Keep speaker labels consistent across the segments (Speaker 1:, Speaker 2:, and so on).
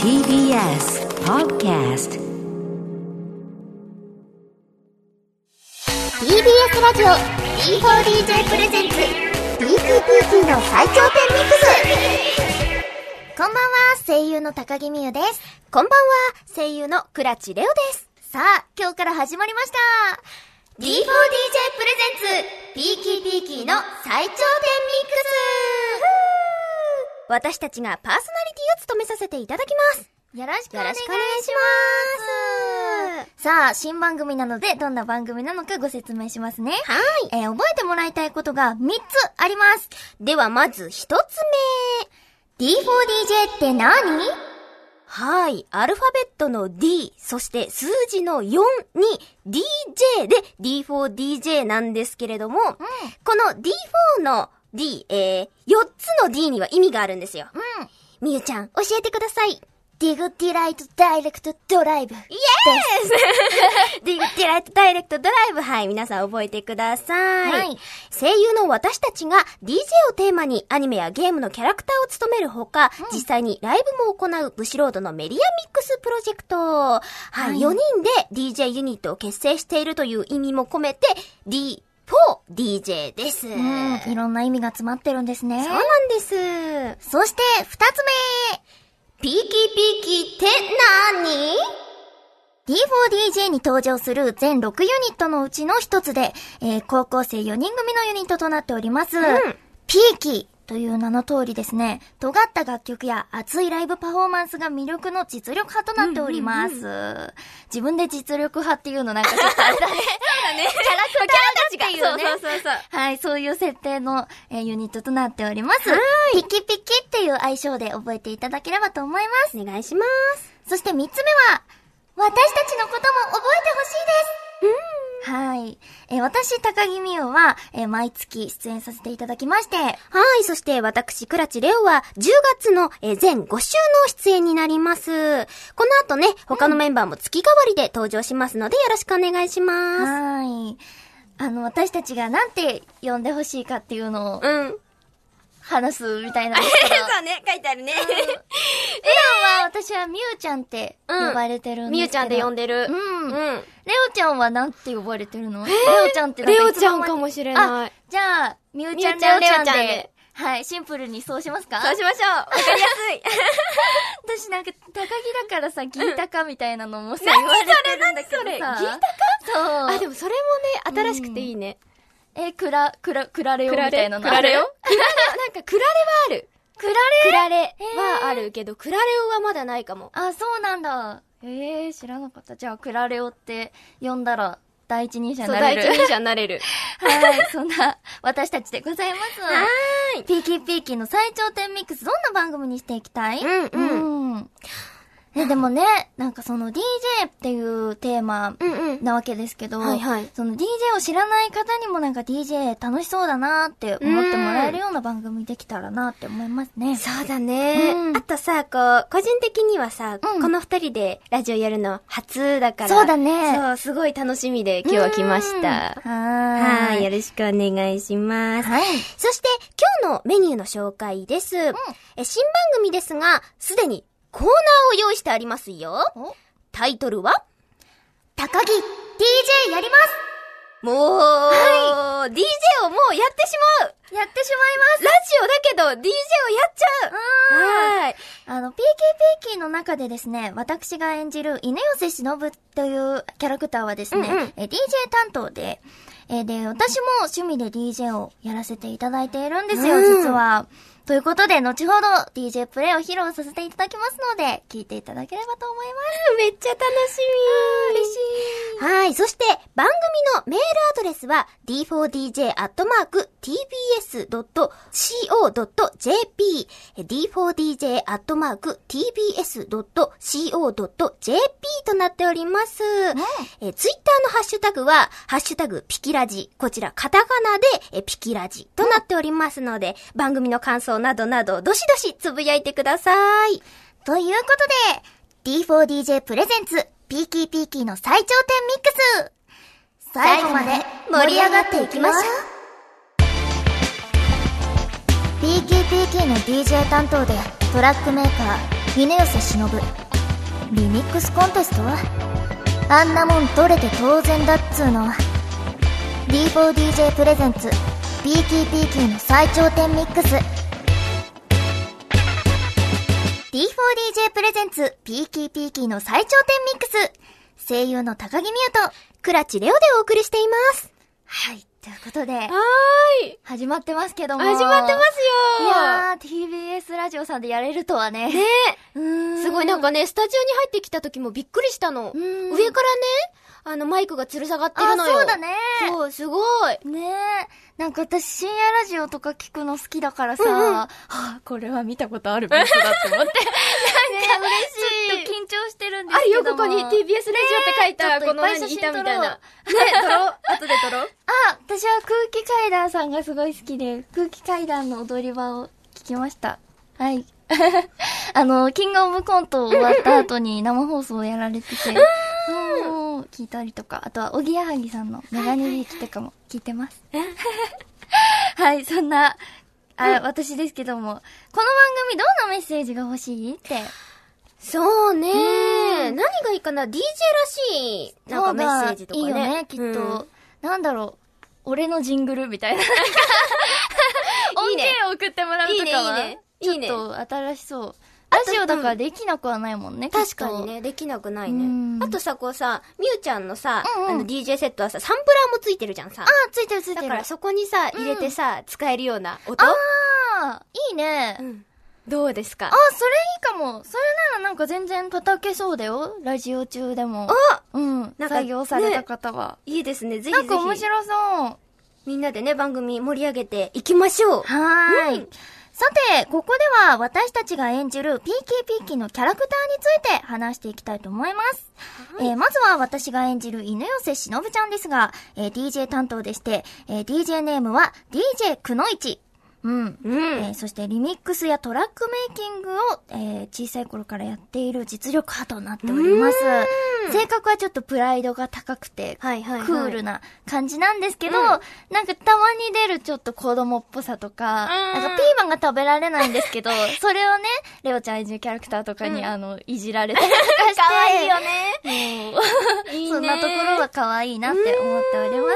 Speaker 1: TBS Podcast
Speaker 2: TBS ラジオ D4DJ プレゼンツ DTPT の最強点ミックスこんばんは、声優の高木美優です。こんばんは、声優の倉地レオです。さあ、今日から始まりました。D4DJ プレゼンツピーキーピーキーの最頂点ミックス私たちがパーソナリティを務めさせていただきます。よろしくお願いします。さあ、新番組なので、どんな番組なのかご説明しますね。はい。えー覚えてもらいたいことが3つあります。では、まず1つ目。D4DJ って何はい。アルファベットの D、そして数字の4に DJ で D4DJ なんですけれども、この D4 の D、えー、4つの D には意味があるんですよ。みゆちゃん、教えてください。ディグディライトダイレクトドライブ。イエーイ ディグディライトダイレクトドライブ。はい、皆さん覚えてください。
Speaker 1: はい
Speaker 2: 声優の私たちが DJ をテーマにアニメやゲームのキャラクターを務めるほか、実際にライブも行うブシロードのメディアミックスプロジェクト。はい、
Speaker 1: は
Speaker 2: 4
Speaker 1: い
Speaker 2: 人で DJ ユニットを結成しているという意味も込めて D4DJ です。そうなん
Speaker 1: うんいろんな意味が詰まってるんですね
Speaker 2: です。
Speaker 1: そして二つ目
Speaker 2: ピーキーピーキーって何
Speaker 1: D4DJ に登場する全6ユニットのうちの一つで、えー高校生4人組のユニットとなっております。
Speaker 2: ん
Speaker 1: ピーキーという名の通りですね、尖った楽曲や熱いライブパフォーマンスが魅力の実力派となっております。自分で実力派っていうのなんかちょっ とあれだね。
Speaker 2: キャラ
Speaker 1: キャラ
Speaker 2: そ
Speaker 1: たちが
Speaker 2: うそうそうそう。
Speaker 1: はい、そういう設定の、えーユニットとなっております。ピキピキっていう愛称で覚えていただければと思います。
Speaker 2: お願いします。
Speaker 1: そして三つ目は、私たちのことも覚えてほしいです。はい。えー私、高木美優は、えー毎月出演させていただきまして、
Speaker 2: はい。そして、私、倉地レオは、10月の、えー全5週の出演になります。この後ね、他のメンバーも月替わりで登場しますので、よろしくお願いします。
Speaker 1: はい。あの、私たちがなんて呼んでほしいかっていうのを
Speaker 2: うん。
Speaker 1: 話すみたいなんですけど、
Speaker 2: うね、書いてあるね。
Speaker 1: 今は私は美優ちゃんって呼ばれてるん
Speaker 2: み
Speaker 1: で
Speaker 2: ゆ
Speaker 1: すけ
Speaker 2: ち
Speaker 1: ど。
Speaker 2: ゃんで呼んでる。
Speaker 1: うん
Speaker 2: うん。
Speaker 1: レオちゃんはなんて呼ばれてるの、レオちゃんってなん
Speaker 2: レ
Speaker 1: か
Speaker 2: オ
Speaker 1: いつ
Speaker 2: ちゃ
Speaker 1: の
Speaker 2: ん
Speaker 1: 間に
Speaker 2: かもしれな
Speaker 1: あ
Speaker 2: い。、
Speaker 1: じゃあ、みゆちゃん、
Speaker 2: みゆ
Speaker 1: レ
Speaker 2: ちゃんレ
Speaker 1: オちゃん
Speaker 2: オちゃん
Speaker 1: で
Speaker 2: で。
Speaker 1: はい、シンプルにそうしますか
Speaker 2: しましょう。わか りやすい。
Speaker 1: 私なんか、高木だからさ、聞いたかみたいなの もさ、言われてるんだけどさ。
Speaker 2: 何それ何それ聞い
Speaker 1: た
Speaker 2: あ、
Speaker 1: そう。
Speaker 2: でもそれもね、新しくていいね。
Speaker 1: え、くら、くら、くられよみ
Speaker 2: クラ
Speaker 1: た
Speaker 2: レ
Speaker 1: いなの。
Speaker 2: クラレオ
Speaker 1: ある
Speaker 2: クラレオなんかクラレはある。
Speaker 1: くられ
Speaker 2: クラレはあるけど、クラレオはまだないかも。
Speaker 1: あ、そうなんだ。えー、知らなかった。じゃあ、くられおって呼んだら、第一人者に
Speaker 2: そう、
Speaker 1: な
Speaker 2: 第
Speaker 1: れ
Speaker 2: 一
Speaker 1: る。
Speaker 2: 人者になれる。
Speaker 1: はい、そんな、私たちでござい ます。
Speaker 2: はーい。
Speaker 1: ピーキーピーキーの最頂点ミックス、どんな番組にしていきたい
Speaker 2: うんうん
Speaker 1: うん。ね、でもね、なんかその DJ っていうテーマ、
Speaker 2: うんうん。
Speaker 1: なわけですけど、
Speaker 2: はいはい
Speaker 1: その DJ を知らない方にもなんか DJ 楽しそうだなって思ってもらえるような番組できたらなって思いますね。
Speaker 2: そうだね、
Speaker 1: うん
Speaker 2: あとさ、こう、個人的にはさ、
Speaker 1: うん
Speaker 2: この二人でラジオやるの初だから。
Speaker 1: そうだね
Speaker 2: そう、すごい楽しみで今日は来ました。
Speaker 1: うん
Speaker 2: は
Speaker 1: はー
Speaker 2: い、
Speaker 1: い。
Speaker 2: よろしくお願いします。
Speaker 1: はい。
Speaker 2: そして、今日のメニューの紹介です。え新番組ですが、すでにコーナーを用意してありますよ。
Speaker 1: お
Speaker 2: タイトルは
Speaker 1: 高木、DJ やります
Speaker 2: もう、DJ をもうやってしまう
Speaker 1: やってし
Speaker 2: ラジオだけど DJ をやっちゃう
Speaker 1: まいます
Speaker 2: はい。
Speaker 1: あの、PKP キーの中でですね、私が演じる稲寄忍というキャラクターはですね、
Speaker 2: うんうん
Speaker 1: え DJ 担当で、えーで、私も趣味で DJ をやらせていただいているんですよ、
Speaker 2: うん
Speaker 1: 実は。ということで、後ほど DJ プレイを披露させていただきますので、聞いていただければと思います。
Speaker 2: めっちゃ楽しみ。嬉しい。はい。そして、番組のメールアドレスは、d4dj.tbs.co.jp、d4dj.tbs.co.jp となっております。え、ツイッターのハッシュタグは、ハッシュタグピキラジ。こちら、カタカナで、え、ピキラジとなっておりますので、番組の感想などなど、どしどしつぶやいてください。
Speaker 1: ということで、D4DJ プレゼンツ、ピーキーピーキーの最頂点ミックス最後まで盛り上がっていきましょうピーキーピーキーの DJ 担当でトラックメーカー峰吉忍リミックスコンテストあんなもん取れて当然だっつーの D4DJ プレゼンツピーキーピーキーの最頂点ミックス D4DJ プレゼンツピーキーピーキーの最頂点ミックス声優の高木美優と
Speaker 3: 倉地レオでお送りしています。
Speaker 1: はい、ということで
Speaker 2: はーい。
Speaker 1: 始まってますけども
Speaker 2: 始まってますすよ
Speaker 1: いやー TBS ラジオさんでやれるとはね
Speaker 2: ね
Speaker 1: うーん
Speaker 2: すごいなんかね、スタジオに入ってきた時もびっくりしたの。
Speaker 1: うーん
Speaker 2: 上からね、あのマイクが吊る下がってるのよ。
Speaker 1: あそうだね
Speaker 2: そう、すごい。
Speaker 1: ねえ。なんか私深夜ラジオとか聞くの好きだからさ、
Speaker 2: うんうん
Speaker 1: はあ、これは見たことあるベースだって思 って。なんか嬉しい。ちょっと緊張してるんです
Speaker 2: あ
Speaker 1: け
Speaker 2: れ
Speaker 1: ど
Speaker 2: よ、こ
Speaker 1: も。
Speaker 2: こに TBS ラジオって書いた、
Speaker 1: ねえ
Speaker 2: この
Speaker 1: ちょ
Speaker 2: 何
Speaker 1: っといっ
Speaker 2: い
Speaker 1: ぱい写真
Speaker 2: た
Speaker 1: 撮ろう
Speaker 2: みたいな。ね、撮ろう。後で撮ろう。
Speaker 1: あ、私は空気階段さんがすごい好きで、空気階段の踊り場を聞きました。はい。 あの、キングオブコント終わった後に生放送をやられてて、 うん聞いたりとか、あとは、おぎやはぎさんのメガネビーキとかも聞いてます。 はい、そんな、あ、私ですけども、この番組どんなメッセージが欲しいって。
Speaker 2: そうね
Speaker 1: う
Speaker 2: 何がいいかな ?DJ らしい、なんかメッセージとかね。
Speaker 1: そうだいいよね、きっと。
Speaker 2: うん
Speaker 1: なんだろう、俺のジングルみた いな。音
Speaker 2: いね
Speaker 1: 源を送ってもらうとかはい
Speaker 2: いねいいねいいね
Speaker 1: ちょっと新しそう。ラジオだからできなくはないもんね、きっと
Speaker 2: 確かに。ね、できなくない
Speaker 1: うん
Speaker 2: ね。あとさ、こうさ、みゆちゃんのさ、
Speaker 1: うんうん
Speaker 2: あの DJ セットはさ、サンプラーもついてるじゃんさ。
Speaker 1: あ、ついてるついて
Speaker 2: だ
Speaker 1: る。
Speaker 2: から
Speaker 1: あ
Speaker 2: そこにさ、入れてさ、使えるような音
Speaker 1: あー、いいね。
Speaker 2: うんどうですか
Speaker 1: あ、それいいかも。それならなんか全然叩けそうだよ。ラジオ中でも。
Speaker 2: あ
Speaker 1: うん。
Speaker 2: なんか
Speaker 1: 採用された方は。
Speaker 2: いいですね。ぜひぜひ。
Speaker 1: なんか面白そう。
Speaker 2: みんなでね、番組盛り上げていきましょう。
Speaker 1: はーい。
Speaker 2: うん
Speaker 1: さて、ここでは私たちが演じるピーキーピーキーのキャラクターについて話していきたいと思います。えーまずは私が演じる犬寄しのぶちゃんですが、えー DJ 担当でして、えー DJ ネームは DJ くのいち。うん。
Speaker 2: うん。
Speaker 1: えーそしてリミックスやトラックメイキングを、えー小さい頃からやっている実力派となっております。性格はちょっとプライドが高くて、
Speaker 2: はいはいはい。
Speaker 1: クールな感じなんですけど、
Speaker 2: うん
Speaker 1: なんかたまに出るちょっと子供っぽさとか、
Speaker 2: うん
Speaker 1: なんかピーマンが食べられないんです けど、それをね、レオちゃん演じるキャラクターとかに、
Speaker 2: うん
Speaker 1: あの、いじられたりとかして、
Speaker 2: 可愛いよね。
Speaker 1: もう
Speaker 2: いいね
Speaker 1: そんなところは可愛いなって思っておりま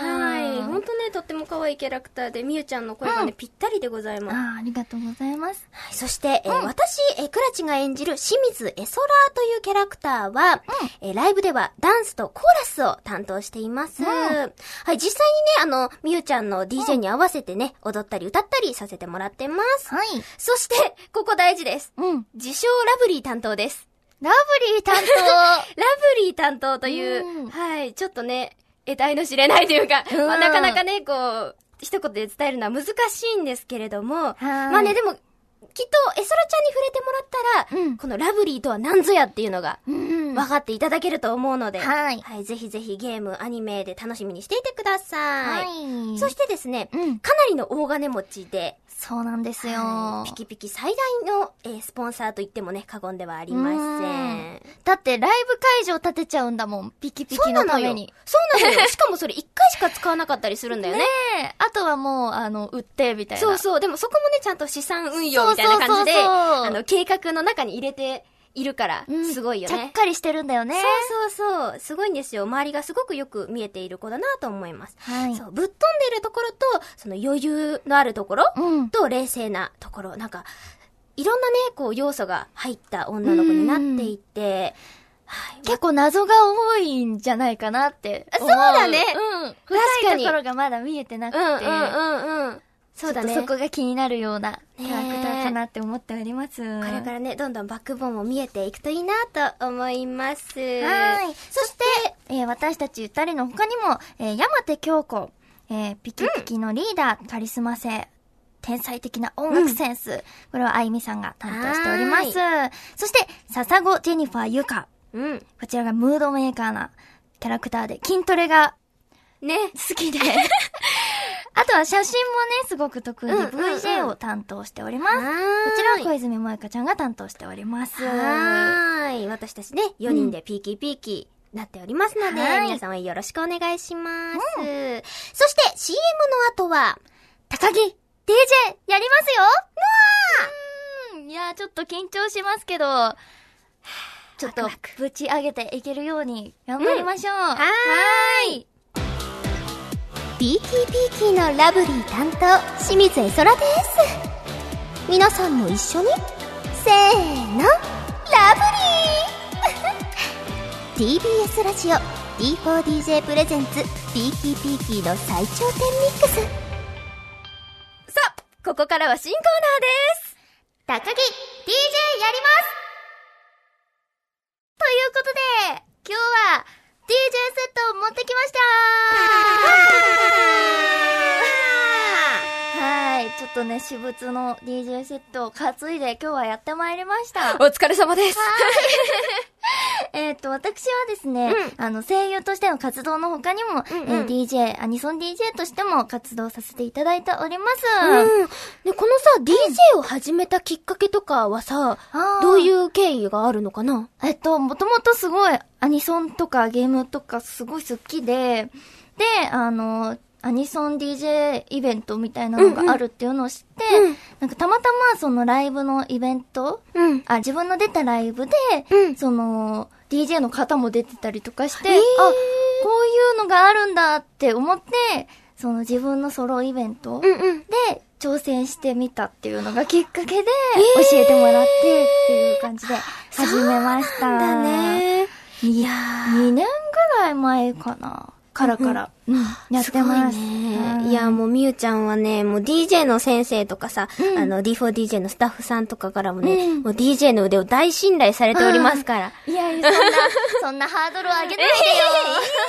Speaker 1: す。
Speaker 2: はい。
Speaker 1: う
Speaker 2: ほ
Speaker 1: ん
Speaker 2: んとね、とっても可愛いキャラクターで、みゆちゃんの声が
Speaker 1: うん
Speaker 2: ね、ぴったりでございます。
Speaker 1: あーありがとうございます。
Speaker 2: はいそして、えー私、えー、クラチが演じる清水エソラーというキャラクターは、えーライブではダンスとコーラスを担当しています。
Speaker 1: うん
Speaker 2: はい、実際にね、あの、みゆちゃんの DJ に合わせてね、踊ったり歌ったりさせてもらってます。
Speaker 1: はい。
Speaker 2: そして、ここ大事です。
Speaker 1: うん。
Speaker 2: 自称ラブリー担当です。
Speaker 1: ラブリー担当。
Speaker 2: ラブリー担当という、
Speaker 1: うん
Speaker 2: はい、ちょっとね、得体の知れないというか、
Speaker 1: うん
Speaker 2: まあ、なかなかね、こう、一言で伝えるのは難しいんですけれども、まあね、でも、きっと、エソラちゃんに触れてもらったら、
Speaker 1: うん
Speaker 2: このラブリーとは何ぞやっていうのが、
Speaker 1: うん。
Speaker 2: 分かっていただけると思うので、
Speaker 1: はい
Speaker 2: はい、ぜひぜひゲーム、アニメで楽しみにしていてくだ
Speaker 1: は
Speaker 2: さい。
Speaker 1: い。
Speaker 2: そしてですね、
Speaker 1: うん。
Speaker 2: かなりの大金持ちで、
Speaker 1: そうなんですよ。
Speaker 2: はいピキピキ最大の、えースポンサーと言ってもね、過言ではありま
Speaker 1: うん
Speaker 2: せん。
Speaker 1: だってライブ会場建てちゃうんだもん。ピキピ
Speaker 2: そ
Speaker 1: キ
Speaker 2: うな
Speaker 1: の
Speaker 2: の
Speaker 1: た
Speaker 2: よ
Speaker 1: めに。
Speaker 2: そうなのよ。し かもそれ1回しか使わなかったりするんだよね。
Speaker 1: ねえ。あとはもう、あの、売って、みたいな。
Speaker 2: そうそう。でもそこもね、ちゃんと資産運用みたいな感じで、
Speaker 1: そうそうそうそう
Speaker 2: あの、計画の中に入れているから、
Speaker 1: うん
Speaker 2: すごいよ
Speaker 1: ちゃっ
Speaker 2: ね。
Speaker 1: かりしてるんだよね。
Speaker 2: そうそうそう。すごいんですよ。周りがすごくよく見えている子だなと思います。
Speaker 1: はい
Speaker 2: そう。ぶっ飛んでいるところと、その余裕のあるところ、
Speaker 1: うん。
Speaker 2: と冷静なところ。なんか、いろんなね、こう、要素が入った女の子になっていて、はい。
Speaker 1: 結構謎が多いんじゃないかなって思う。
Speaker 2: そうだね
Speaker 1: うん。
Speaker 2: 確か
Speaker 1: 深
Speaker 2: に
Speaker 1: いところがまだ見えてなく
Speaker 2: う
Speaker 1: て。
Speaker 2: んうんうんうん。そうだね。
Speaker 1: ちょっとそこが気になるようなキ
Speaker 2: ねえ
Speaker 1: ャラクターかなって思っております。
Speaker 2: これからね、どんどんバックボーンも見えていくといいなと思います。
Speaker 1: は。
Speaker 2: はい
Speaker 1: そして、えー私たち二人の他にも、えー山手京子、えーピキピキのリーダー、カリスマ性、天才的な音楽センス、これはあいみさんが担当しております。そして、笹子ジェニファーゆか、
Speaker 2: うん。
Speaker 1: こちらがムードメーカーなキャラクターで筋トレが
Speaker 2: ね。
Speaker 1: 好きで、あとは写真もね、すごく得意で
Speaker 2: うんうんうん
Speaker 1: VJ を担当しておりま
Speaker 2: は
Speaker 1: す。こちらは
Speaker 2: ーい。
Speaker 1: 小泉萌香ちゃんが担当しております。
Speaker 2: はーい。私たちね、4人でピーキーピーキーなっておりますので、
Speaker 1: はい
Speaker 2: 皆さんはよろしくお願いします。そして CM の後は、
Speaker 1: 高木、DJ、やりますようわーうん、いや、ちょっと緊張しますけど、ちょっとぶち上げていけるように頑張りましょう。はーい。
Speaker 3: ビーキービーキーのラブリー担当清水絵空です皆さんも一緒にせーのラブリー TBS ラジオ D4DJ プレゼンツビーキービーキーの最頂点ミックス
Speaker 2: さあ、ここからは新コーナーです。
Speaker 3: 高木 DJ やりますということで今日は DJ セットを持ってきました
Speaker 1: はい。ちょっとね、私物の DJ セットを担いで今日はやってまいりました。
Speaker 2: お疲れ様です。
Speaker 1: えっと、私はですね、あの、声優としての活動の他にも、
Speaker 2: んうん
Speaker 1: えー DJ、アニソン DJ としても活動させていただいております。
Speaker 2: うん。で、このさ、DJ を始めたきっかけとかはさ、
Speaker 1: あー
Speaker 2: どういう経緯があるのかな
Speaker 1: えっと、もともとすごいアニソンとかゲームとかすごい好きで、で、あの、アニソン DJ イベントみたいなのがあるっていうのを知って、
Speaker 2: うんうん
Speaker 1: なんかたまたまそのライブのイベント、
Speaker 2: うん。
Speaker 1: あ、自分の出たライブで、
Speaker 2: うん
Speaker 1: その、DJ の方も出てたりとかして、
Speaker 2: へー
Speaker 1: あ、こういうのがあるんだって思って、その自分のソロイベン
Speaker 2: うん
Speaker 1: ト
Speaker 2: うん。
Speaker 1: で挑戦してみたっていうのがきっかけで、教えてもらってっていう感じで始めました。
Speaker 2: だね。
Speaker 1: いや2年ぐらい前かな。からから。うん。やってます。
Speaker 2: すごいね
Speaker 1: うん
Speaker 2: いや、もうみゆちゃんはね、もう DJ の先生とかさ、あの D4DJ のスタッフさんとかからもね、
Speaker 1: うん
Speaker 2: もう DJ の腕を大信頼されておりますから。
Speaker 1: いやいや、そんな、そんなハードルを上げないでよ。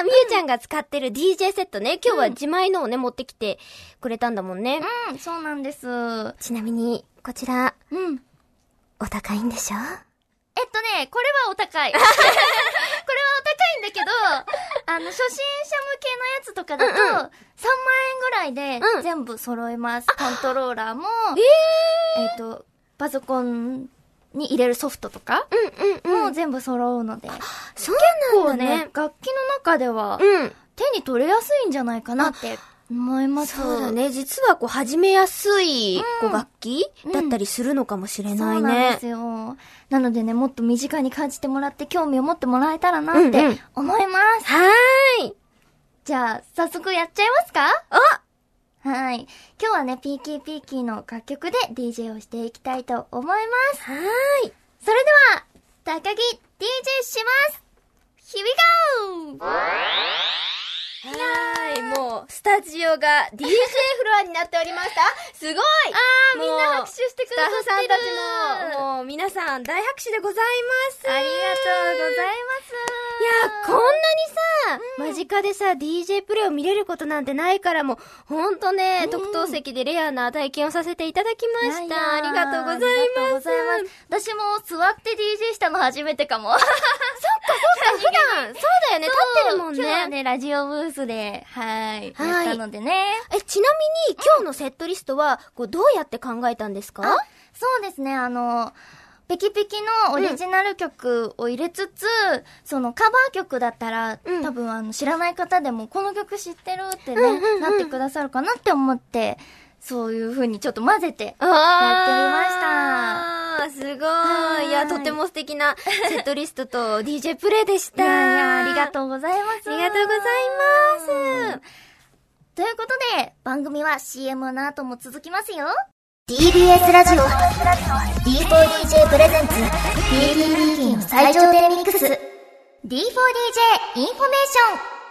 Speaker 2: あ、みゆちゃんが使ってる DJ セットね、今日は自前のをね、持ってきてくれたんだもんね。
Speaker 1: うん、そうなんです。うん。
Speaker 2: ちなみに、こちら、
Speaker 1: えっとね、
Speaker 2: お高いんでしょ
Speaker 1: これはお高い。これは お高いんだけど、あの、初心者向けのやつとかだと、3万円ぐらい
Speaker 2: うん
Speaker 1: で全部揃えます。コントローラーも、えっと、パソコンに入れるソフトとか、
Speaker 2: うんうん
Speaker 1: もう全部揃うので。
Speaker 2: そう
Speaker 1: こ
Speaker 2: な
Speaker 1: うん
Speaker 2: だ
Speaker 1: ね
Speaker 2: ね。、
Speaker 1: 楽器の中では、
Speaker 2: うん。
Speaker 1: 手に取れやすいんじゃないかなって思います。
Speaker 2: そうだ。ね。実はこう、始めやすい、こう、楽器
Speaker 1: うん
Speaker 2: だったりするのかもしれ
Speaker 1: そ
Speaker 2: な
Speaker 1: う
Speaker 2: い
Speaker 1: なんで
Speaker 2: ね
Speaker 1: す。よ。なのでね、もっと身近に感じてもらって、興味を持ってもらえたらなっ
Speaker 2: うんう
Speaker 1: て
Speaker 2: ん
Speaker 1: 思います。
Speaker 2: はーい。
Speaker 1: じゃあ、早速やっちゃいますかはい。今日はね、ピーキーピーキーの楽曲で DJ をしていきたいと思います。
Speaker 2: はーい。
Speaker 1: それでは、高木 DJ します !Here we go!
Speaker 2: はーい。もう、スタジオが DJ フロアになっておりました。すごい
Speaker 1: あー、みんな拍手してく
Speaker 2: ス
Speaker 1: だ
Speaker 2: タッ
Speaker 1: さってる
Speaker 2: フさんたちも、もう皆さん大拍手でございます。
Speaker 1: ありがとうござい
Speaker 2: いや
Speaker 1: ま、す。
Speaker 2: こんなにさ、間近でさ、DJ プレイを見れることなんてないからもう、ほんとね、特等席でレアな体験をさせていただきまし
Speaker 1: いやい
Speaker 2: た。
Speaker 1: や
Speaker 2: ありがとうござい
Speaker 1: ありがと
Speaker 2: ま
Speaker 1: うご
Speaker 2: す。
Speaker 1: ざいます。私も座って DJ したの初めてかも。
Speaker 2: 普段、そうだよね、立ってるもん
Speaker 1: 今日は
Speaker 2: ね。
Speaker 1: ね、ラジオブースで、はい、
Speaker 2: はい
Speaker 1: やったのでね。
Speaker 2: え、ちなみに、今日のセットリストは、こう、どうやって考えたんですか
Speaker 1: あそうですね、あの、ペキペキのオリジナル曲を入れつつ、そのカバー曲だったら、
Speaker 2: うん
Speaker 1: 多分あの知らない方でもこの曲知ってるって
Speaker 2: う
Speaker 1: ね、
Speaker 2: んうんうん
Speaker 1: なってくださるかなって思って、そういう風にちょっと混ぜて
Speaker 2: あ
Speaker 1: や
Speaker 2: やってみました。す
Speaker 1: は
Speaker 2: ご
Speaker 1: ーい
Speaker 2: い。いや、とても素敵な セットリストと DJ プレイでし
Speaker 1: い
Speaker 2: た。
Speaker 1: やいや、ありがとうございます。
Speaker 2: ありがとうございます。
Speaker 1: ということで、番組は CM の後も続きますよ。
Speaker 3: TBS ラジオ D4DJ プレゼンツ d d d の最頂点ミックス
Speaker 1: D4DJ インフォメー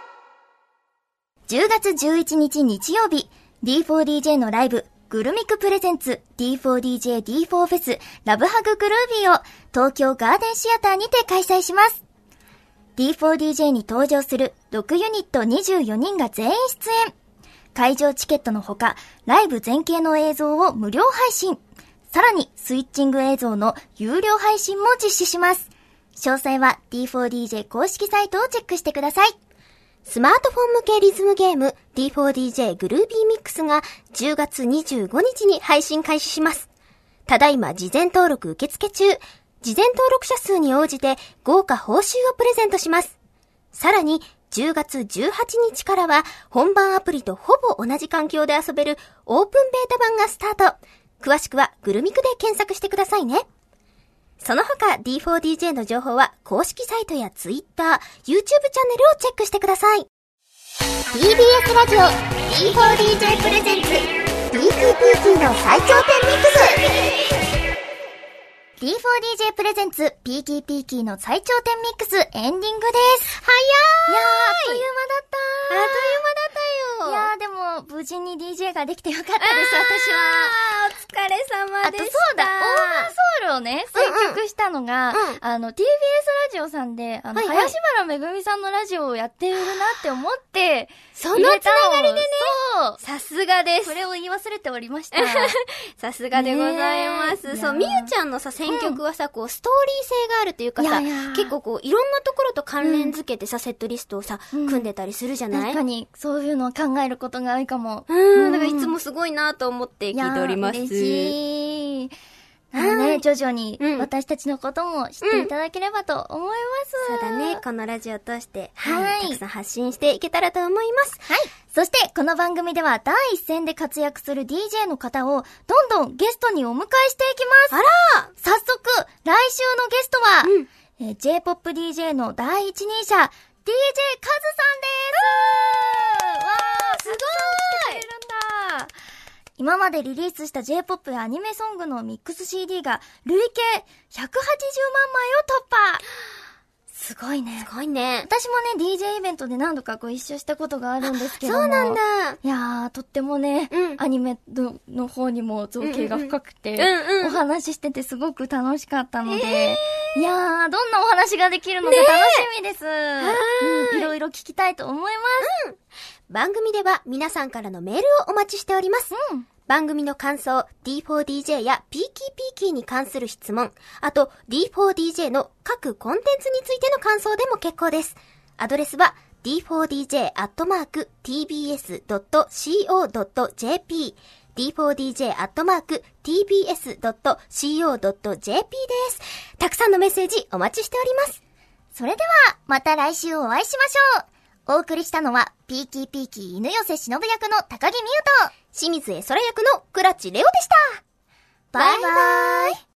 Speaker 1: ション10月11日日曜日 D4DJ のライブグルミクプレゼンツ D4DJD4 フェスラブハググルービーを東京ガーデンシアターにて開催します D4DJ に登場する6ユニット24人が全員出演会場チケットのほか、ライブ全景の映像を無料配信。さらに、スイッチング映像の有料配信も実施します。詳細は D4DJ 公式サイトをチェックしてください。
Speaker 2: スマートフォン向けリズムゲーム D4DJ グルービーミックスが10月25日に配信開始します。ただいま事前登録受付中。事前登録者数に応じて豪華報酬をプレゼントします。さらに10月18日からは本番アプリとほぼ同じ環境で遊べるオープンベータ版がスタート。詳しくはグルミクで検索してくださいね。その他 D4DJ の情報は公式サイトや Twitter、YouTube チャンネルをチェックしてください。
Speaker 3: TBS ラジオ D4DJ プレゼンツ
Speaker 2: D2PQ の最強点ミックス
Speaker 3: D4DJ プレゼンツピーキーピーキーの最頂点ミックスエンディングです
Speaker 2: 早ー
Speaker 3: い
Speaker 2: い
Speaker 3: やー、あっという間だった
Speaker 2: あっと
Speaker 3: い
Speaker 2: いう間だったよ
Speaker 3: やーでも、無事に DJ ができてよかったです、
Speaker 2: あーお疲れ
Speaker 1: あ
Speaker 2: 様で
Speaker 1: とそう
Speaker 2: した。
Speaker 1: だ、オーバーソウルをね、
Speaker 2: うんうん
Speaker 1: 選曲したのが、
Speaker 2: うん
Speaker 1: あの、TBS ラジオさんで、あの、
Speaker 2: はいはい
Speaker 1: 林原めぐみさんのラジオをやっているなって思って、
Speaker 2: そのつながりでね。
Speaker 1: そう
Speaker 2: さすがで
Speaker 1: そ
Speaker 2: す。
Speaker 1: れを言い忘れておりました。
Speaker 2: さすがでございま
Speaker 1: ねえ
Speaker 2: す。そう、
Speaker 1: い
Speaker 2: み
Speaker 1: やー
Speaker 2: ゆちゃんのさ、選曲はさ、こう、ストーリー性があるというかさ
Speaker 1: いやいや、
Speaker 2: 結構こう、いろんなところと関連づけてさ、セットリストをさ、
Speaker 1: うん
Speaker 2: 組んでたりするじゃない
Speaker 1: 確かに、そういうのを考えることが多いかも。
Speaker 2: うん、だからいつもすごいなと思って聞いております。
Speaker 1: いやー嬉しい。なのでね、徐々に
Speaker 2: うん
Speaker 1: 私たちのことも知っていただければと思います。
Speaker 2: そうだね、このラジオを通して、
Speaker 1: は
Speaker 2: はいい、たくさん発信していけたらと思います。
Speaker 1: はい。そして、この番組では第一線で活躍する DJ の方を、どんどんゲストにお迎えしていきます。
Speaker 2: あら
Speaker 1: 早速、来週のゲストは、
Speaker 2: うん
Speaker 1: えー J-POP DJ の第一人者、DJ カズさんですわーすごいるんだ今までリリースした J-POP やアニメソングのミックス CD が累計180万枚を突破すごいね。
Speaker 2: すごいね。
Speaker 1: 私もね、DJ イベントで何度かご一緒したことがあるんですけども。
Speaker 2: そうなんだ。。
Speaker 1: いやー、とってもね、
Speaker 2: うん
Speaker 1: アニメのの方にも造形が深くて、
Speaker 2: うんうん
Speaker 1: お話ししててすごく楽しかったので、いやー、どんなお話ができるのか楽しみです。うんいろいろ聞きたいと思います。
Speaker 2: 番組では皆さんからのメールをお待ちしております。
Speaker 1: うん
Speaker 2: 番組の感想、D4DJ や PKPK に関する質問、あと D4DJ の各コンテンツについての感想でも結構です。アドレスは d4dj.tbs.co.jp d4dj.tbs.co.jp です。たくさんのメッセージお待ちしております。
Speaker 3: それでは、また来週お会いしましょうお送りしたのは、ピーキーピーキー犬寄せ忍役の高木美優と、
Speaker 2: 清水絵空役の倉地レオでした。
Speaker 3: バイバイ